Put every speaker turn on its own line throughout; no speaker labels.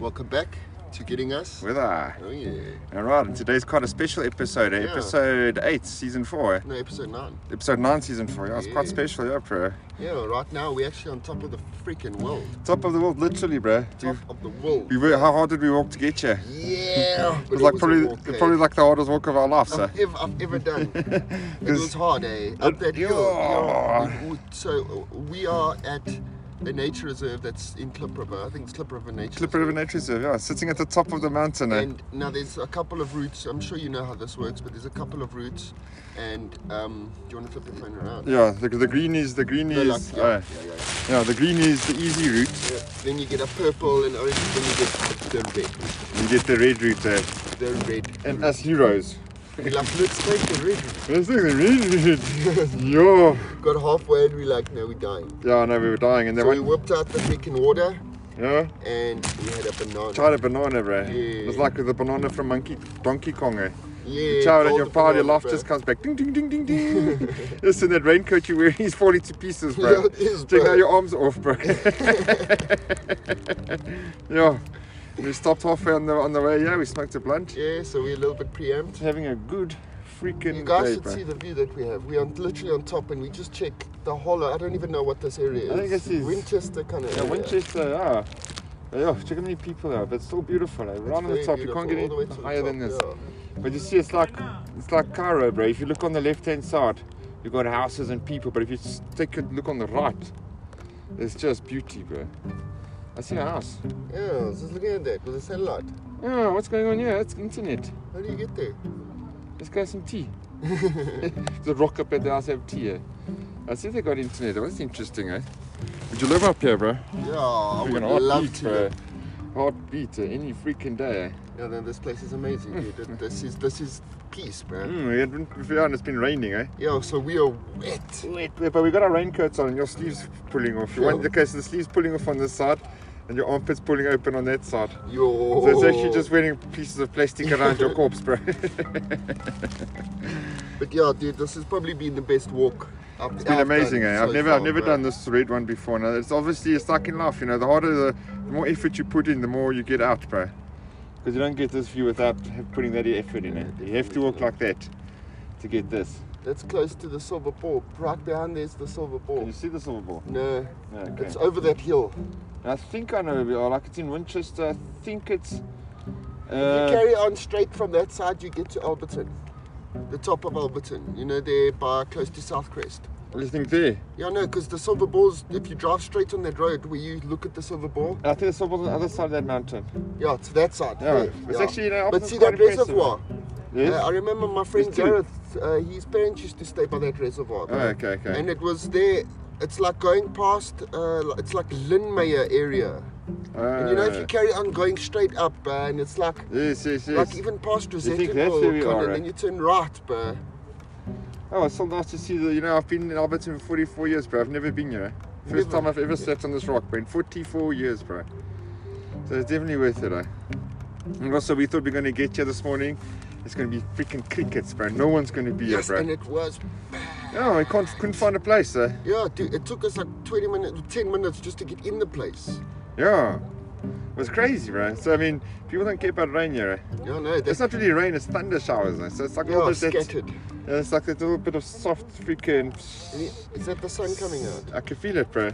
Welcome back to Getting Us.
With I.
Oh, yeah.
All right, and today's quite a special episode, eh?
Yeah.
episode 8, season 4.
No, episode 9.
Episode 9, season 4. Yeah, it's quite
Yeah.
special, yeah, bro.
Yeah, well, right now we're actually on top of the freaking world.
Top of the world, literally, bro.
Top of the world.
We were, how hard did we walk to get you? It
Yeah. but
was like
a
probably,
walk, eh?
probably like the hardest walk of our eh? life, sir.
I've ever, I've ever done. it
'Cause-
was hard, eh? Up that hill.
Yeah.
yeah. We- So uh, we are at a nature reserve that's in Clip River. I think it's Clip River Nature.
Clip
Reserve.
River Nature Reserve, yeah, sitting at the top of the mountain, eh?
And now there's a couple of routes. I'm sure you know how this works, but there's a couple of routes. And um, do you want to flip the phone around?
Yeah, the, the green is, the green
No, like,
is,
yeah,
uh,
yeah, yeah, yeah.
yeah, the green is the easy route.
Yeah, Then you get a purple and orange, then you get the red.
You get the red route, eh?
The red.
And us heroes.
We're like, let's take the red.
Let's take the red route. Yo.
Got halfway and we're like, no, we're dying.
Yeah, I know, we were dying, and then
So we
one,
whipped out the freaking water
yeah.
and we had a banana.
Tried a banana, bro.
Yeah.
It was like the banana from Monkey Donkey Kong. Eh?
Yeah.
you chow it and
rolled
your
the
power, your
banana,
laugh
bro.
just comes back. Ding, ding, ding, ding, ding. Listen, that raincoat you're wearing is falling to pieces,
Yeah,
bro.
it is,
Take
bro.
now your arms off, bro. yeah. We stopped halfway on the on the way. Yeah, we smoked a blunt.
Yeah, so we're a little bit preempt.
Having a good freaking
You guys
day,
should
bro.
see the view that we have. We're on, literally on top and we just check the hollow. I don't even know what this area is.
I think this is-
Winchester kind of
yeah,
area.
Winchester, yeah. Yeah, check how many people there, are, but it's still beautiful. Eh?
It's
Right on the
very
top,
beautiful,
you
all the way
can't
to
get
the
any higher than
top,
this.
yeah.
But you see, it's like it's like Cairo, bro. If you look on the left-hand side, you got houses and people. But if you s- take a look on the right, it's just beauty, bro. I see a house.
Yeah, I was just looking at that with a satellite.
Yeah, what's going on here? It's internet.
How do you get there?
Let's go have some tea. the rock up at the house have tea. Eh? I see they got internet. That's interesting, eh? Would you live up here, bro?
Yeah, I
Freaking
would love
heartbeat,
to.
bro. Heartbeat, eh? any freaking day. Eh?
Yeah, no, this place is amazing, dude. Th- This is this is peace, man.
Mm, we had been, yeah, and it's been raining, eh?
Yeah, so we are wet.
Yeah, but we got our raincoats on and your sleeves pulling off. You want
Yeah.
the case the sleeves pulling off on this side and your armpits pulling open on that side.
Yo.
So it's actually just wearing pieces of plastic around your corpse, bro.
But yeah, dude, this has probably been the best walk. I've,
It's been amazing, eh? I've never I've never done this red one before. Now it's obviously it's like in life, you know, the harder the, the more effort you put in, the more you get out, bro. Because you don't get this view without putting that effort in it. You have to walk like that to get this.
That's close to the Silver Ball. Right behind there's the Silver Ball.
see the silver ball?
No,
Yeah,
it's over that hill.
I think I know where we are. Like it's in Winchester. I think it's. Uh,
if you carry on straight from that side, you get to Alberton, the top of Alberton. You know, there by close to South Crest.
What do you think there?
Yeah, no, because the Silver Balls. If you drive straight on that road where you look at the Silver Ball,
I think it's over on the other side of that mountain.
yeah, it's that side.
Yeah,
there,
it's actually, you know,
but
Alberton's
see
quite
that
impressive.
reservoir.
Yes?
Uh, I remember my friend
There's two.
Gareth, uh, his parents used to stay by that reservoir.
Oh, okay, okay.
And it was there, it's like going past, uh, li- it's like Linmayer area. and you know, if you
Uh,
carry on going straight up, uh, and it's like,
Yes, yes, yes.
like even past
think
Rosetta
that's
Gold,
where we
kinda,
are,
and
eh?
then you turn right, bruh.
oh, it's so nice to see the. You know, I've been in Alberton for 44 years, bro. I've never been here. First
Never.
time I've ever sat on this rock, bro. In 44 years, bro. So it's definitely worth it, eh? And also, we thought we are going to get here this morning. It's going to be freaking crickets, bro. No one's going to be
Yes,
here, bro.
and it was.
No, we can't, couldn't find a place, eh?
Yeah, dude, it took us like 20 minutes, 10 minutes just to get in the place.
Yeah. It was crazy, bro. So, I mean, people don't care about rain here, eh?
Yeah, no,
It's
that's
not really rain, it's thunder showers. eh? So it's like a
yeah,
little bit that,
scattered.
yeah, It's like that little bit of soft freaking.
And it- Is that the sun coming out?
I can feel it, bro.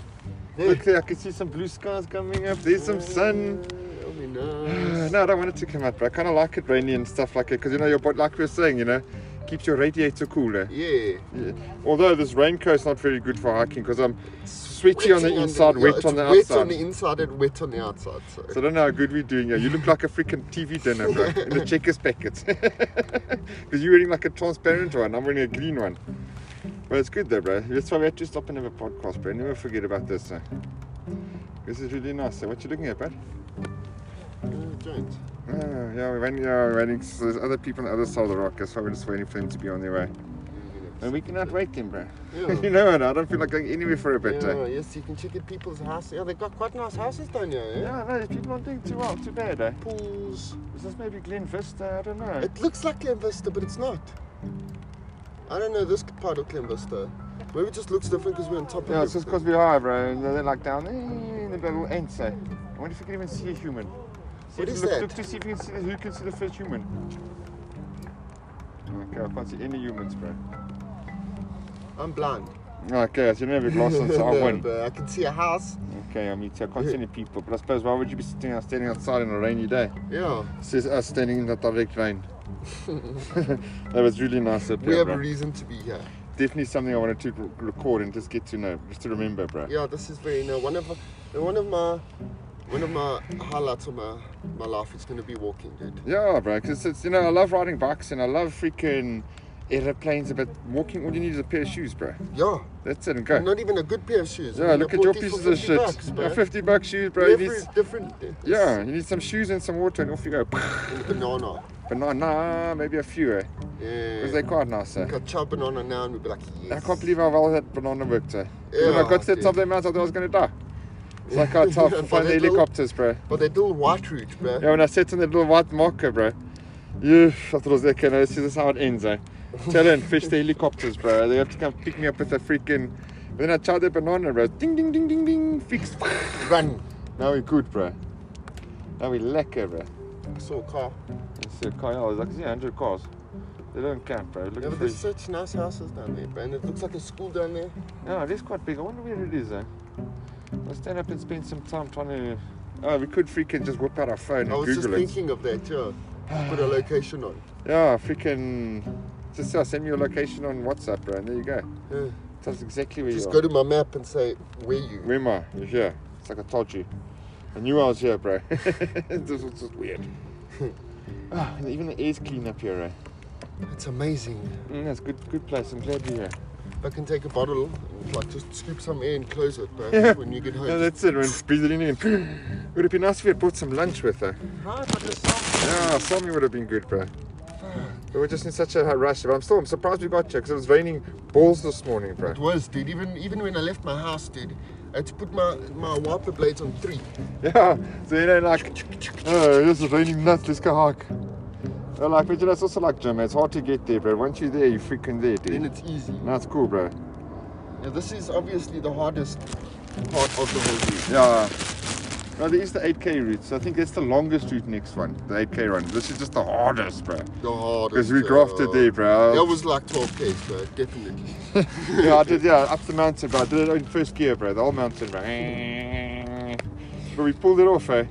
There.
Look there, I can see some blue skies coming up. There's some sun. Uh,
That'll be nice.
no, I don't want it to come out, bro. I kind of like it rainy and stuff like it because you know your body, like we were saying, you know, keeps your radiator cooler.
Yeah.
Yeah. Although this raincoat's not very good for hiking because I'm sweaty on the
Wetting
inside,
yeah,
wet
it's
on the
Wet on
outside.
the inside and wet on the outside. So.
So I don't know how good we're doing here. You look like a freaking TV dinner, bro, in a checkers packet. Because you're wearing like a transparent one, I'm wearing a green one. But it's good though, bro. That's why we had to stop and have a podcast, bro. Never forget about this. eh. This is really nice. So what you looking at, bud?
Uh, joint.
Oh, yeah, we're waiting. Yeah, we're waiting. So there's other people on the other side of the rock. That's why we're just waiting for them to be on their way. And we cannot wait them, bro.
Yeah.
you know what? I don't feel like going anywhere for a bit. eh.
Yeah, yes, you can check at people's houses. Yeah, they've got quite nice houses down here. Yeah.
Yeah, no, these people aren't doing too well, too bad. Eh?
Pools.
Is this maybe Glen Vista? I don't know.
It looks like Glen Vista, but it's not. I don't know this part of Glen Vista. Maybe it just looks different because we're on top
Yeah,
of
it's
it.
just because we're high, bro. And they're like down there, and they're little ants, eh? I wonder if you can even see a human. See
What
if-
is
look,
that?
Look to see if you can see who can see the first human. Okay, I can't see any humans, bro.
I'm blind.
Okay, so you don't have your glasses on, so I
No,
won.
but I can see a house.
Okay, I mean, so I can't see any people, but I suppose why would you be sitting out standing outside on a rainy day?
Yeah.
This is us standing in the direct rain. that was really nice up
We
here,
have a
bro.
reason to be here.
Definitely something I wanted to r- record and just get to know, just to remember, bro.
Yeah, this is very no one of one of my one of my highlights of my, my life is gonna be walking, dude.
Yeah, bro, because it's you know I love riding bikes and I love freaking airplanes, but walking all you need is a pair of shoes, bro.
Yeah.
That's it and go.
Not even a good pair of shoes. I
yeah,
mean,
look
I
at
bought
your
these for
pieces of
50
shit.
bucks,
yeah,
bro.
fifty bucks shoes, bro. You
Leather
need,
is different. dude. It's
yeah, you need some shoes and some water, and off you go.
in banana.
Banana, maybe a few, eh?
Yeah.
Because they're quite nice, eh?
I could chop banana now and we'd be like,
I
yes.
can't believe how well that banana worked, eh? when I
Yeah,
got to the top
dude.
of the mountain, I thought I was gonna die. It's like how tough
But
to find the
that little-
helicopters, bro.
But they do white root, bro.
Yeah, when I sat on that little white marker, bro. Yeah, I thought it was okay. Now, this is how it ends, eh? Tell and fish the helicopters, bro. They have to come pick me up with a freaking. Then I tried the banana, bro. Ding, ding, ding, ding, ding. Fixed.
Run.
Now we're good, bro. Now we're lekker, bro.
I saw a car.
oh, It's a car, yeah, there's like 100 cars. They don't camp, bro.
Yeah,
Looking
but
for
there's such nice houses down there, bro. And it looks like a school down there.
No, it is quite big. I wonder where it is, eh? I'll stand up and spend some time trying to. Oh, we could freaking just whip out our phone and
I was
Google
just
it.
thinking of that, yeah. Just Put a location on.
Yeah, freaking. Just uh, send me your location on WhatsApp, bro, and there you go.
Yeah.
That's exactly where
Just
you
go
are.
to my map and say, where you?
Where am I? You're here. It's like I told you. I knew I was here, bro. this was just weird. Ah, and even the air's clean up here, eh?
It's amazing.
Mm, that's good, good place. I'm glad you're here.
If I can take a bottle and like just scoop some air and close it, bro,
Yeah.
when you get home.
Yeah, that's it. When breathe it in again. Would have been nice if we had brought some lunch with her.
Right, but there's some-
Yeah, salmi would have been good, bro. We were just in such a rush, but I'm still I'm surprised we got here because it was raining balls this morning, bro.
It was, dude. Even even when I left my house, dude, I had to put my, my wiper blades on three.
Yeah, so you know, like, oh, this is raining nuts, let's go hike. Well, like, but you know, it's also like gym, it's hard to get there, bro. Once you're there, you're freaking there,
Then
dude.
it's easy.
No, it's cool, bro.
Now, this is obviously the hardest part of the whole route.
Yeah. No, there is the 8k route, so I think that's the longest route next one, the 8k run. This is just the hardest, bro.
The
Because
hardest.
we grafted
uh,
there, bro.
That was like 12 k's, bro. Definitely.
yeah, I did, yeah, up the mountain, bro. I did it in first gear, bro. The whole mountain, bro. But we pulled it off, eh?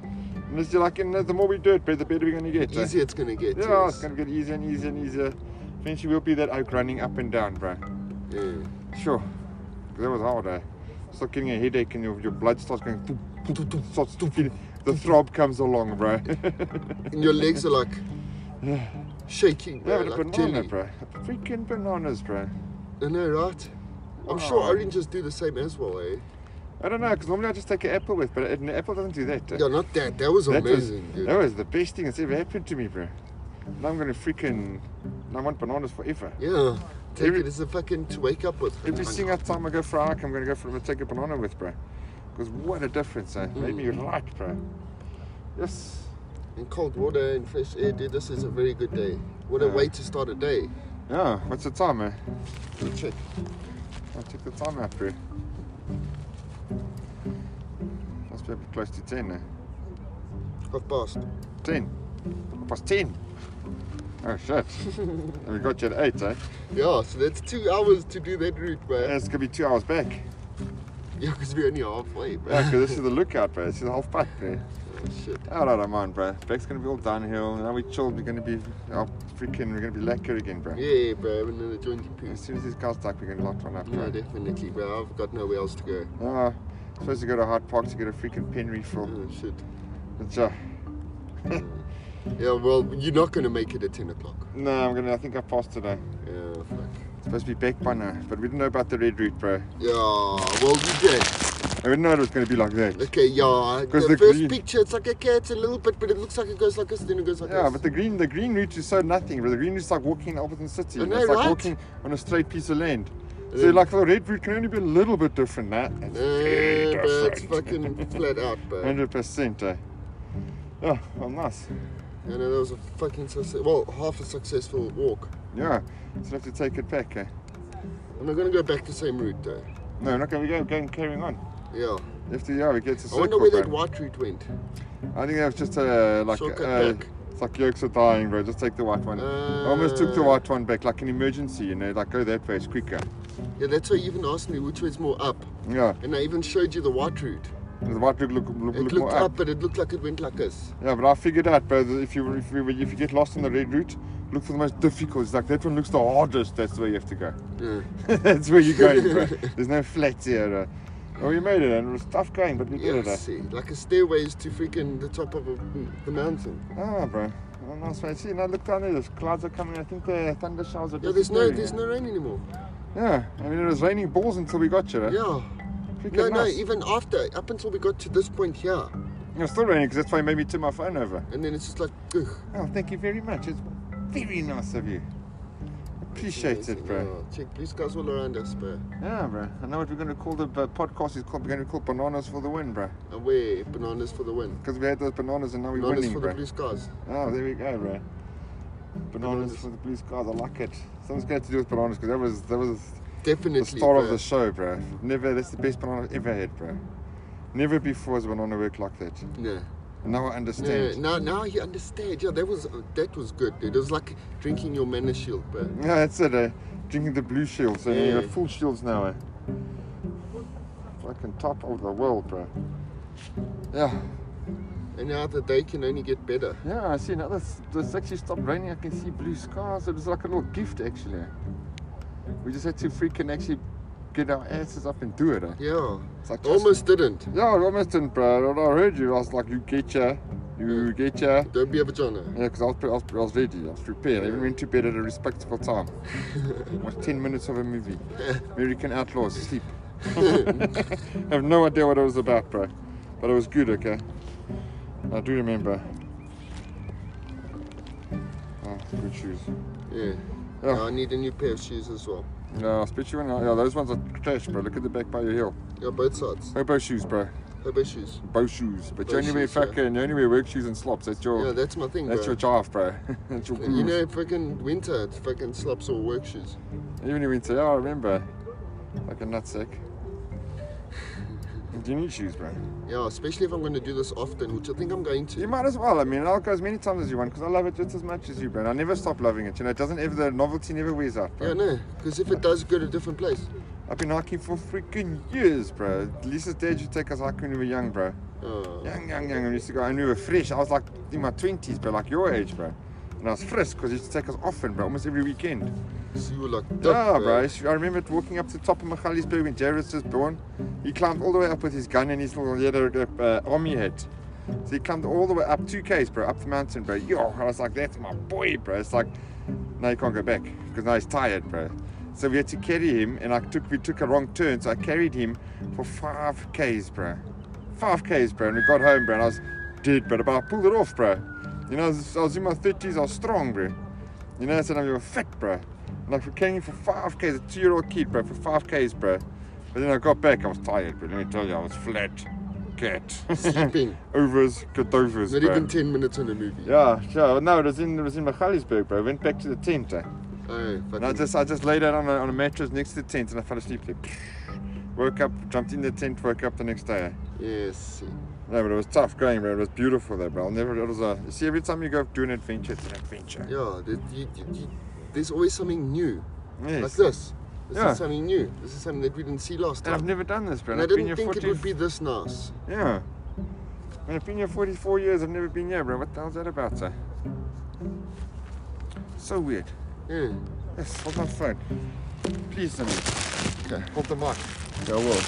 And it's like, and the more we do it, bro, the better we're going to get. eh?
Easy it's gonna get.
Yeah,
yes.
it's going to get easier and easier and easier. Eventually, we'll be that oak running up and down, bro.
Yeah.
Sure. That was hard, eh? Start getting a headache and your, your blood starts going. Toop, toop, toop, toop, starts tooping. The throb comes along, bro.
And your legs are like shaking,
yeah,
bro.
but a
like
banana,
jelly.
bro. Freaking bananas, bro.
I know, right? I'm sure
Oh.
oranges do the same as well, eh?
I don't know, because normally I just take an apple with, but an apple doesn't do that. eh?
Yeah, not that. That was
That was,
amazing, dude.
that was the best thing that's ever happened to me, bro. Now I'm gonna freaking. I want bananas forever.
Yeah. Take
Every-
it as a fucking to wake up with.
Every single time I go for a hike, I'm gonna go for I'm gonna take a banana with, bro. Because what a difference, eh? Made me right, bro. Yes.
And cold water and fresh air, dude. This is a very good day. What a
Yeah.
way to start a day.
Yeah. What's the time, eh?
Let me check.
I'll check the time out, bro. Must be up close to ten, eh?
Half past.
Ten. Past ten. Oh shit. and we got you at eight, eh?
Yeah, so that's two hours to do that route, bro.
It's gonna be two hours back.
Yeah, because we're only halfway, bro.
Yeah, 'cause this is the lookout, bro. This is the whole pack, bro.
Oh, shit.
I don't mind, bro. Back's gonna be all downhill. Now we chilled. We're gonna be oh, freaking. We're gonna be lacquer again, bro.
Yeah, bro. And then the jointy poo.
As soon as these cars stuck, we're gonna lock one up,
Yeah,
bro.
definitely, bro. I've got nowhere else to go.
Ah, supposed to go to Hyde Park to get a freaking pen refill. uh,
Oh, shit.
But yeah,
Yeah, well, you're not going to make it at 10 o'clock.
no, I'm gonna. I think I passed today.
Yeah, fuck.
Supposed to be back by now, but we didn't know about the red route, bro.
Yeah, well, you did.
I didn't know it was gonna be like that.
Okay, yeah. The,
'Cause the
first
green-
picture, it's like, okay, it's a little bit, but it looks like it goes like this, then it goes like
Yeah,
this.
but the green, the green route is so nothing, bro. The green route's like walking in Alberton City.
I
and
know,
it's like
right?
walking on a straight piece of land. So
then-
like the red route can only be a little bit different, nah? It's very
Uh, bro, it's
different.
fucking flat out, bro.
Hundred percent, eh? Yeah, well, nice.
You know, that was a fucking success. Well, half a successful walk.
Yeah, so I have to take it back. Eh?
I'm not gonna go back the same route though.
No, we're not going to go. Going carrying on.
Yeah.
You have to. Yeah, we get to.
I wonder where that
circle,
white route went.
bro. I think that was just a like
Soak it
uh,
back.
it's like yolks are dying, bro. Just take the white one. I almost took the
Uh.
white one back, like an emergency, you know, like go that way, it's quicker.
Yeah, that's why you even asked me which way's more up.
Yeah,
And I even showed you the white route.
the white look look, look,
It
look
looked
more
up,
up.
but it looked like it went like this.
Yeah, but I figured out, bro. that If you if you if you get lost on the red route, look for the most difficult. It's like that one looks the hardest. That's where you have to go.
Yeah.
That's where you're going, bro. There's no flats here. Uh. Oh, we made it, and it was tough going, but we did
Yeah,
it. Uh.
see, like a stairways to freaking the top of a, hmm, the mountain.
Ah, bro. Oh, nice way. See, now look down there. Those clouds are coming. I think the thunder showers are.
Yeah, there's no,
disappearing,
there's
yeah.
no rain anymore.
Yeah, I mean it was raining balls until we got here. eh?
Yeah.
Freaking
No, no,
nice.
even after, up until we got to this point here,
It was still raining because that's why I made me turn my phone over.
and then it's just like, ugh.
Oh, thank you very much. It's very nice of you. Appreciate it,
Amazing.
bro.
Yeah, oh, check, blue skies all around us, bro.
Yeah, bro. I know what we're going to call the uh, podcast. Is called, we're going to call Bananas for the Win, bro.
Away, bananas for the win.
Because we had those bananas and now we're
Bananas
winning,
for
bro.
the blue skies.
Oh, there we go, bro. Bananas,
Bananas.
for the blue skies. I like it. Something's going to have to do with bananas because that was that was
Definitely.
the start of
bro.
the show, bro. Never. That's the best banana I've ever had, bro. Never before has a banana worked like that.
Yeah.
And now I
Yeah,
understand.
now, now you understand. Yeah, that was uh, that was good, dude. It was like drinking your mana shield, bro.
Yeah, that's it. Eh? Drinking the blue shields. and you
Yeah.
got full shields now. Eh? Fucking top of the world, bro. Yeah,
And now the day can only get better.
yeah. I see now. This, this actually stopped raining. I can see blue skies. It was like a little gift, actually. We just had to freaking actually get our asses up and do it. Eh?
Yeah.
It's like
Almost didn't.
Yeah, I almost didn't, bro. I heard you. I was like, you getcha, you getcha.
Don't be a vagina.
Yeah, because I was, pre- I, was, I was ready, I was prepared. I even went to bed at a respectable time. it was 10 minutes of a movie. American Outlaws, sleep. I have no idea what it was about, bro. But it was good, okay? I do remember. Oh, good shoes.
Yeah.
Yeah.
I need a new pair of shoes as well.
Yeah, especially when I, yeah, those ones are trash, bro. Look at the back by your heel.
Yeah, both sides.
Hobo shoes, bro.
Hobo shoes.
Bow shoes. But you
Bow
only wear
shoes, yeah.
fucking, you only wear work shoes and slops. That's your,
Yeah, that's my thing,
that's
bro.
your jive, bro. that's your
And you
groove.
know, freaking winter, it's freaking slops or work shoes.
Even if we say, oh, I remember, like a nutsack. Do you need shoes, bro?
Yeah, especially if I'm going to do this often, which I think I'm going
You
to.
might as well. I mean, I'll go as many times as you want because I love it just as much as you, bro. And I never stop loving it. You know, it doesn't ever, the novelty never wears out, bro.
Yeah, no, because if it does, go to a different place.
I've been hiking for freaking years, bro. Lisa's dad used to take us hiking when we were young, bro.
Uh,
Young, young, young. And we used to go, and we were fresh. I was like in my 20s, bro, like your age, bro. And I was fresh because he used to take us often, bro, almost every weekend.
so you were like,
Yeah,
"Duck,
bro. I remember walking up to the top of Michalisberg when Jared was born. He climbed all the way up with his gun and his little yellow uh, army hat. So he climbed all the way up 2Ks, bro, up the mountain, bro. Yo, I was like, that's my boy, bro. It's like, now you can't go back because now he's tired, bro. So we had to carry him, and I took we took a wrong turn, so I carried him for 5Ks, bro. 5Ks, bro. And we got home, bro, and I was dead, bro. But I pulled it off, bro. You know, I was, I was in my 30s, I was strong, bro. You know, I said, I'm your fit, bro. And I was carrying him for 5Ks, a two year old kid, bro, for 5Ks, bro. But then I got back, I was tired, but let me tell you, I was flat. Cat.
Sleeping.
Overs, got overs,
Not
bro.
even 10 minutes in a movie.
Yeah, sure. No, it was in it was in Michalisburg, bro. I went back to the tent. eh.
Oh,
And I
fucking.
just I just laid out on a, on a mattress next to the tent and I fell asleep there. Woke up, jumped in the tent, woke up the next day. eh.
Yes.
No, but it was tough going, bro. It was beautiful though, bro. I'll never it was a you see every time you go do an adventure, it's an adventure.
Yeah, that you, you, you, there's always something new. Like
Yes.
this. This
Yeah.
is something new. This is something that we didn't see last
And I've
time.
never done this, bro.
And I
I've been
didn't
here
think it
40
would be this nice.
Yeah. And I've been here 44 years, I've never been here, bro. What the hell's that about, sir? So weird.
Yeah.
Yes, hold my phone. Please, Sammy.
Okay.
Hold the mic.
Yeah, well.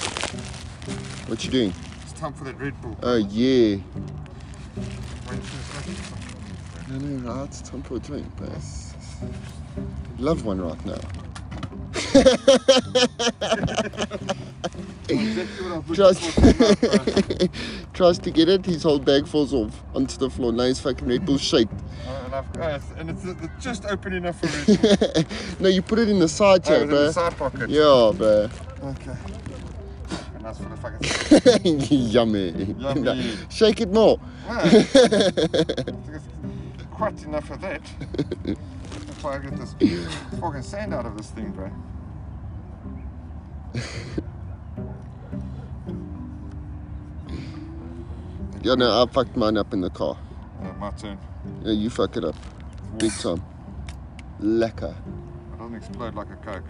What you doing?
It's time for that Red Bull.
Oh yeah.
Wait, it's fucking-
No, no, right. It's time for a drink, but love one right now.
Exactly what I was
Trust,
looking for tonight, bro.
tries to get it. His whole bag falls off onto the floor. Now he's fucking Red Bull shaped.
Oh, and I've got it, and it's, it's just open enough for Red Bull.
no, you put it in the side
Oh, it's
here,
in the
bro.
side pocket.
Yeah, bro.
Okay. And that's for the fucking.
Yummy.
Yummy.
No, shake it more.
No. I think it's quite enough of that. That's why I get this fucking sand out of this thing, bro.
Yeah, no, I fucked mine up in the car.
Uh, my turn.
Yeah, you fuck it up. Big time. Lekker.
It doesn't explode like a Coke.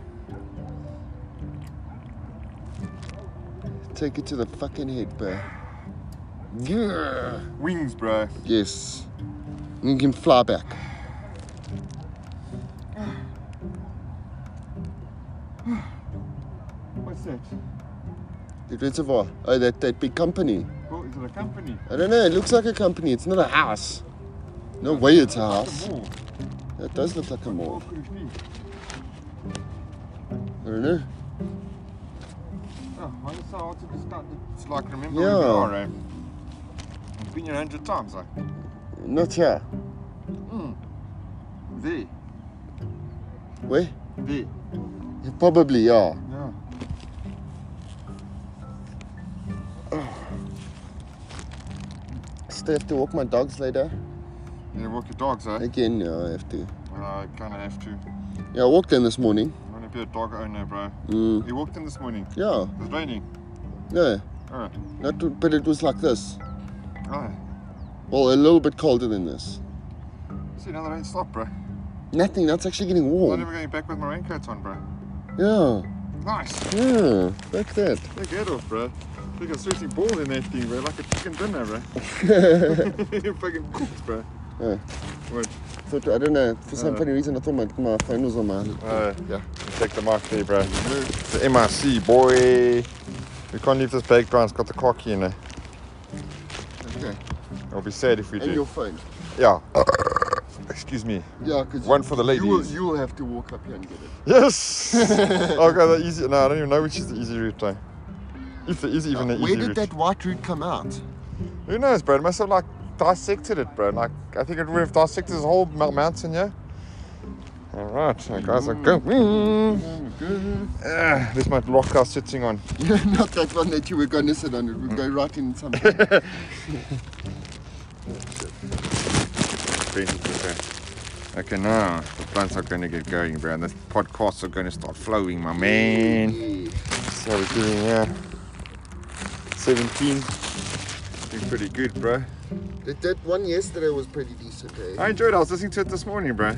Take it to the fucking head, bro. Yeah.
Wings, bro.
Yes. You can fly back.
What's that?
The reservoir. Oh, that, that big company.
Oh, is it a company?
I don't know. It looks like a company. It's not a house. No way it's a house.
It's a mall.
That does look like a mall.
What could it be?
I don't know.
Oh, why is it so hard to describe? It's like remember
Yeah.
where we are, eh? I've been here a hundred times, eh? like.
Not here.
There,
Where?
there.
You probably yeah.
Yeah.
Still have to walk my dogs later.
You walk your dogs, eh?
Again, yeah, I uh, have to.
Well, I kind of have to. I'm
Yeah, I walked in this morning.
gonna be a dog owner, bro.
Mm.
You walked in this morning.
Yeah,
It was raining.
no,
Alright.
not, but it was like this.
Alright.
Well, a little bit colder than this.
See, now they don't stop, bro.
Nothing. That's actually getting
I'm not
warm.
even going back with my raincoats on, bro.
Yeah,
Nice.
yeah, like that.
Take it off, bro. Look, I'm seriously bald in that thing, bro. Like a chicken dinner, bro. You're fucking cooked, bro.
Yeah.
What?
Thought I don't know for some
Uh.
funny reason I thought my, my phone was on my.
Uh, yeah. Take the mic there, bro. The MRC, boy. We can't leave this bag behind. It's got the car key in it.
Okay.
It'll be sad if we
And
do.
your phone.
Yeah. Excuse me.
Yeah, because
One for the
You will,
ladies.
you will have to walk up here and get it.
Yes! oh, God, the easy. No, I don't even know which is the easy route, though. If there is even an
Where
easy
did
route.
that white root come out?
Who knows, bro? It must have, like, dissected it, bro. Like, I think it would have dissected this whole mou- mountain, yeah? Alright, so guys, I go. Ah, this might rock I was sitting on.
Not that one that you were going to sit on. It would go right in something.
Okay, now the plants are going to get going, bro. And the podcasts are going to start flowing, my man.
Yeah.
So we're doing uh, yeah. 17. Doing pretty good, bro.
That, that one yesterday was pretty decent, eh?
I enjoyed it. I was listening to it this morning, bro.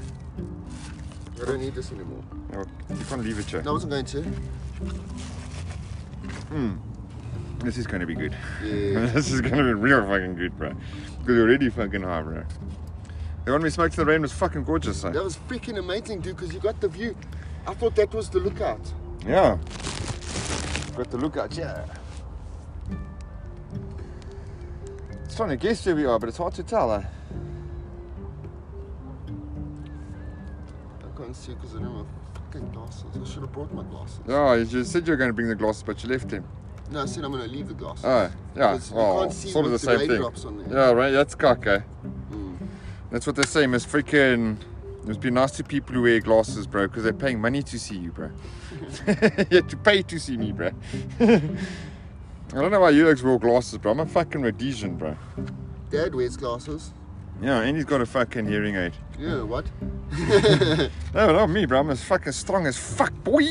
I don't need this anymore.
No, you can't leave it, Joe.
No, I wasn't going to.
This is going to be good.
Yeah.
this is going to be real fucking good, bro. Because you're already fucking high, bro. The one we smoked in the rain was fucking gorgeous, eh?
That was freaking amazing, dude, because you got the view. I thought that was the lookout.
Yeah. Got the lookout, yeah. It's trying to guess where we are, but it's hard to tell, eh?
I can't see because I don't have my fucking glasses. I should have brought my glasses.
Yeah, you just said you were going to bring the glasses, but you left them.
No, I said I'm going to leave the glasses.
Oh, yeah.
Because you
Well,
can't see
sort of the
with the
same thing.
raindrops on there.
Yeah, right. That's cock, eh?
Mm.
That's what they're saying. It's freaking. It's be nice to people who wear glasses, bro, because they're paying money to see you, bro. you have to pay to see me, bro. I don't know why you guys wear glasses, bro. I'm a fucking Rhodesian, bro.
Dad wears glasses.
Yeah, and he's got a fucking hearing aid.
Yeah, what?
No, not me, bro. I'm as fucking strong as fuck, boy.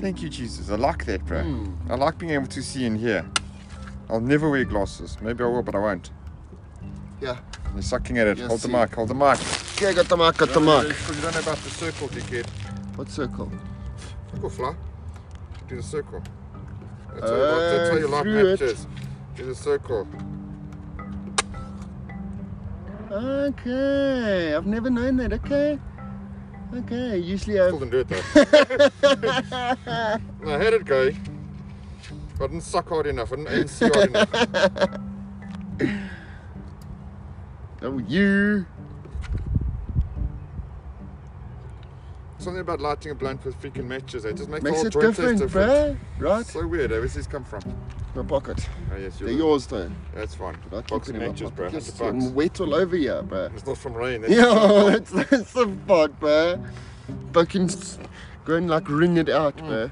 Thank you, Jesus. I like that, bro.
Mm.
I like being able to see and hear. I'll never wear glasses. Maybe I will, but I won't.
Yeah.
You're sucking at it.
Yes,
hold the
see.
mic. Hold the mic.
Okay, I got the mark, got the mark.
Because you don't know about the circle, dickhead.
What circle?
Circle fly. Do the circle. That's
how you like- that's how you like Uh, through it. matches.
Do the circle.
Okay, I've never known that. Okay. Okay, usually I.
didn't do it though. I had it go. I didn't suck hard enough. I didn't, see hard enough.
Oh, you.
Something about lighting a blunt with freaking matches. It just makes,
Makes
the whole
it
joint
different,
taste different.
bruh. Right?
So weird. eh? Where's this come from?
My pocket.
Oh yes,
They're
you're
yours, though.
That's fine.
But I keep
Box
it
of
in my
matches, bro.
pocket.
Hundred
Yes, I'm
bucks.
wet all over here, bruh.
It's not from rain. that's-
Yo, that's, that's the part, bruh. Fucking s- go and like wring it out, bruh.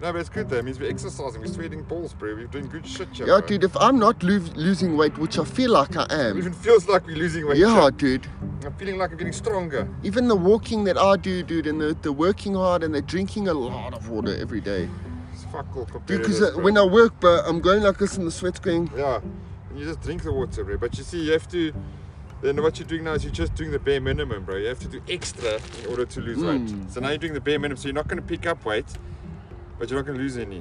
No, but it's good though. It means we're exercising. We're sweating balls, bro. We're doing good shit, here,
Yeah,
bro.
dude, if I'm not lo- losing weight, which I feel like I
It
am,
even feels like we're losing weight.
yeah, dude.
Joe. I'm feeling like I'm getting stronger.
Even the walking that I do, dude, and the, the working hard and the drinking a lot of water every day.
It's fuck all
Dude, uh,
compared
because when I work, bro, I'm going like this and the sweat's going.
Yeah. and you just drink the water, bro. But you see, you have to. Then what you're doing now is you're just doing the bare minimum, bro. You have to do extra in order to lose
Hmm.
weight. So now you're doing the bare minimum. So you're not going to pick up weight, but you're not going to lose any.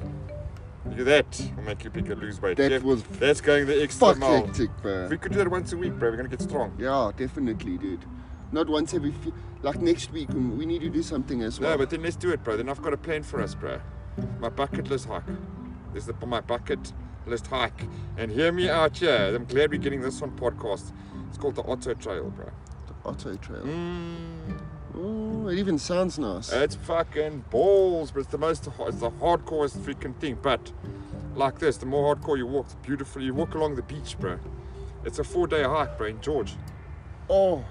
You- That will make you pick lose weight.
That
You have-
was
that's going the extra
Fuck
mile.
hectic, bro.
If we could do that once a week, bro, we're gonna get strong.
Yeah, definitely, dude. Not once every few, like next week, um, we need to do something as well.
No, but then let's do it, bro. Then I've got a plan for us, bro. My bucket list hike. There's the my bucket list hike. And hear me out here. I'm glad we're getting this on podcast. It's called the Otto Trail, bro.
Otto Trail.
Mm, Eh.
Oh, it even sounds nice.
it's fucking balls, but it's the most it's the hardcorest freaking thing. But like this, the more hardcore you walk, the beautiful you walk along the beach, bro. It's a four-day hike, bro, in George.
oh,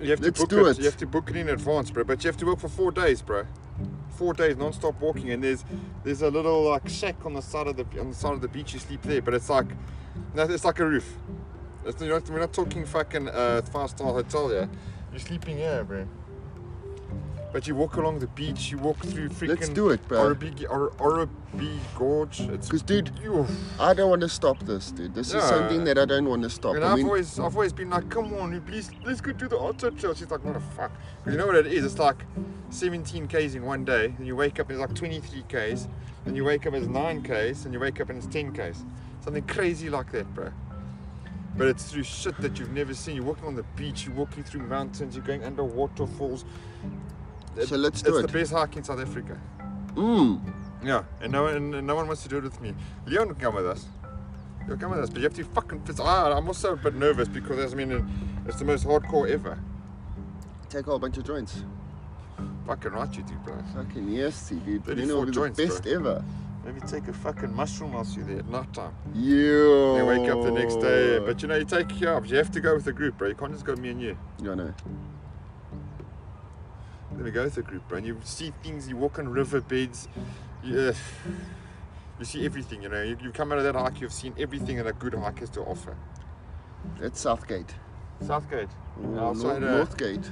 You have to
Let's
book
do
it.
it.
You have to book it in advance, bro. But you have to work for four days, bro. Four days non-stop walking, and there's there's a little like shack on the side of the on the side of the beach. You sleep there, but it's like no, it's like a roof. It's, you're not, we're not talking fucking uh, five-star hotel here. You're sleeping here, bro. But you walk along the beach. You walk through freaking.
do it, bro.
Orobigi, Or- Orobi Gorge. It's
'Cause, dude,
Oof.
I don't want to stop this, dude. This
No.
is something that I don't want to stop.
And
I
I've
mean,
always, I've always been like, come on, please, let's go do the auto trail. She's like, what the fuck? 'Cause you know what it is? It's like 17 k's in one day, and you wake up and it's like 23 k's, and you wake up and it's 9 k's, and you wake up and it's 10 k's. Something crazy like that, bro. But it's through shit that you've never seen. You're walking on the beach, you're walking through mountains, you're going under waterfalls.
So let's
it's
do
the
it.
best hike in South Africa.
Mm.
Yeah, and no, and, and no one wants to do it with me. Leon can come with us. You'll come with us, but you have to fucking. It's, ah, I'm also a bit nervous because I mean, it's the most hardcore ever.
Take a whole bunch of joints.
Fucking right, you do, bro.
Fucking yes, dude. You
34
know, it'll be
joints,
the best
bro.
ever.
Maybe take a fucking mushroom whilst you're there at night time.
Yeah.
You wake up the next day,
Oh.
but you know, you take your You have to go with a group, bro. You can't just go me and you.
Yeah, I know.
Then we go with a group, bro. And you see things, you walk on riverbeds, you, uh, you see everything, you know. You, you come out of that hike, you've seen everything that a good hike has to offer.
That's Southgate.
Southgate.
Or
Outside,
North,
uh,
Northgate.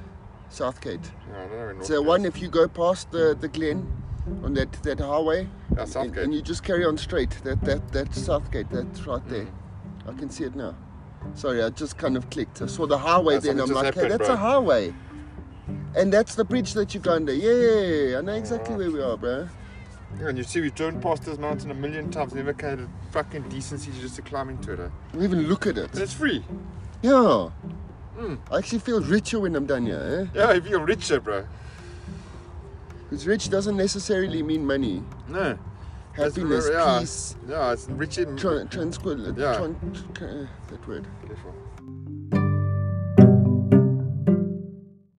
Southgate.
Yeah, I don't know where
It's
Northgate
the
is.
one if you go past the, the glen on that, that highway.
Yeah,
and,
Southgate.
and you just carry on straight. That that that Southgate, that's right there.
Mm.
I can see it now. Sorry, I just kind of clicked. I saw the highway
That's
then.
what
I'm
just
like, hey,
happened,
that's
bro."
a highway. And that's the bridge that you go under. Yeah, I know exactly where we are, bro.
Yeah, And you see, we've driven past this mountain a million times, never had the fucking decency to just to climb into it. eh?
We even look at
And
it.
it's free.
Yeah.
Mm.
I actually feel richer when I'm done here, eh?
Yeah, if you're richer, bro.
Because rich doesn't necessarily mean money.
No. It's-
Happiness,
yeah,
peace,
Yeah, it's rich in.
tra- tranquil-
Yeah.
tran- tr- uh, that word.
Careful.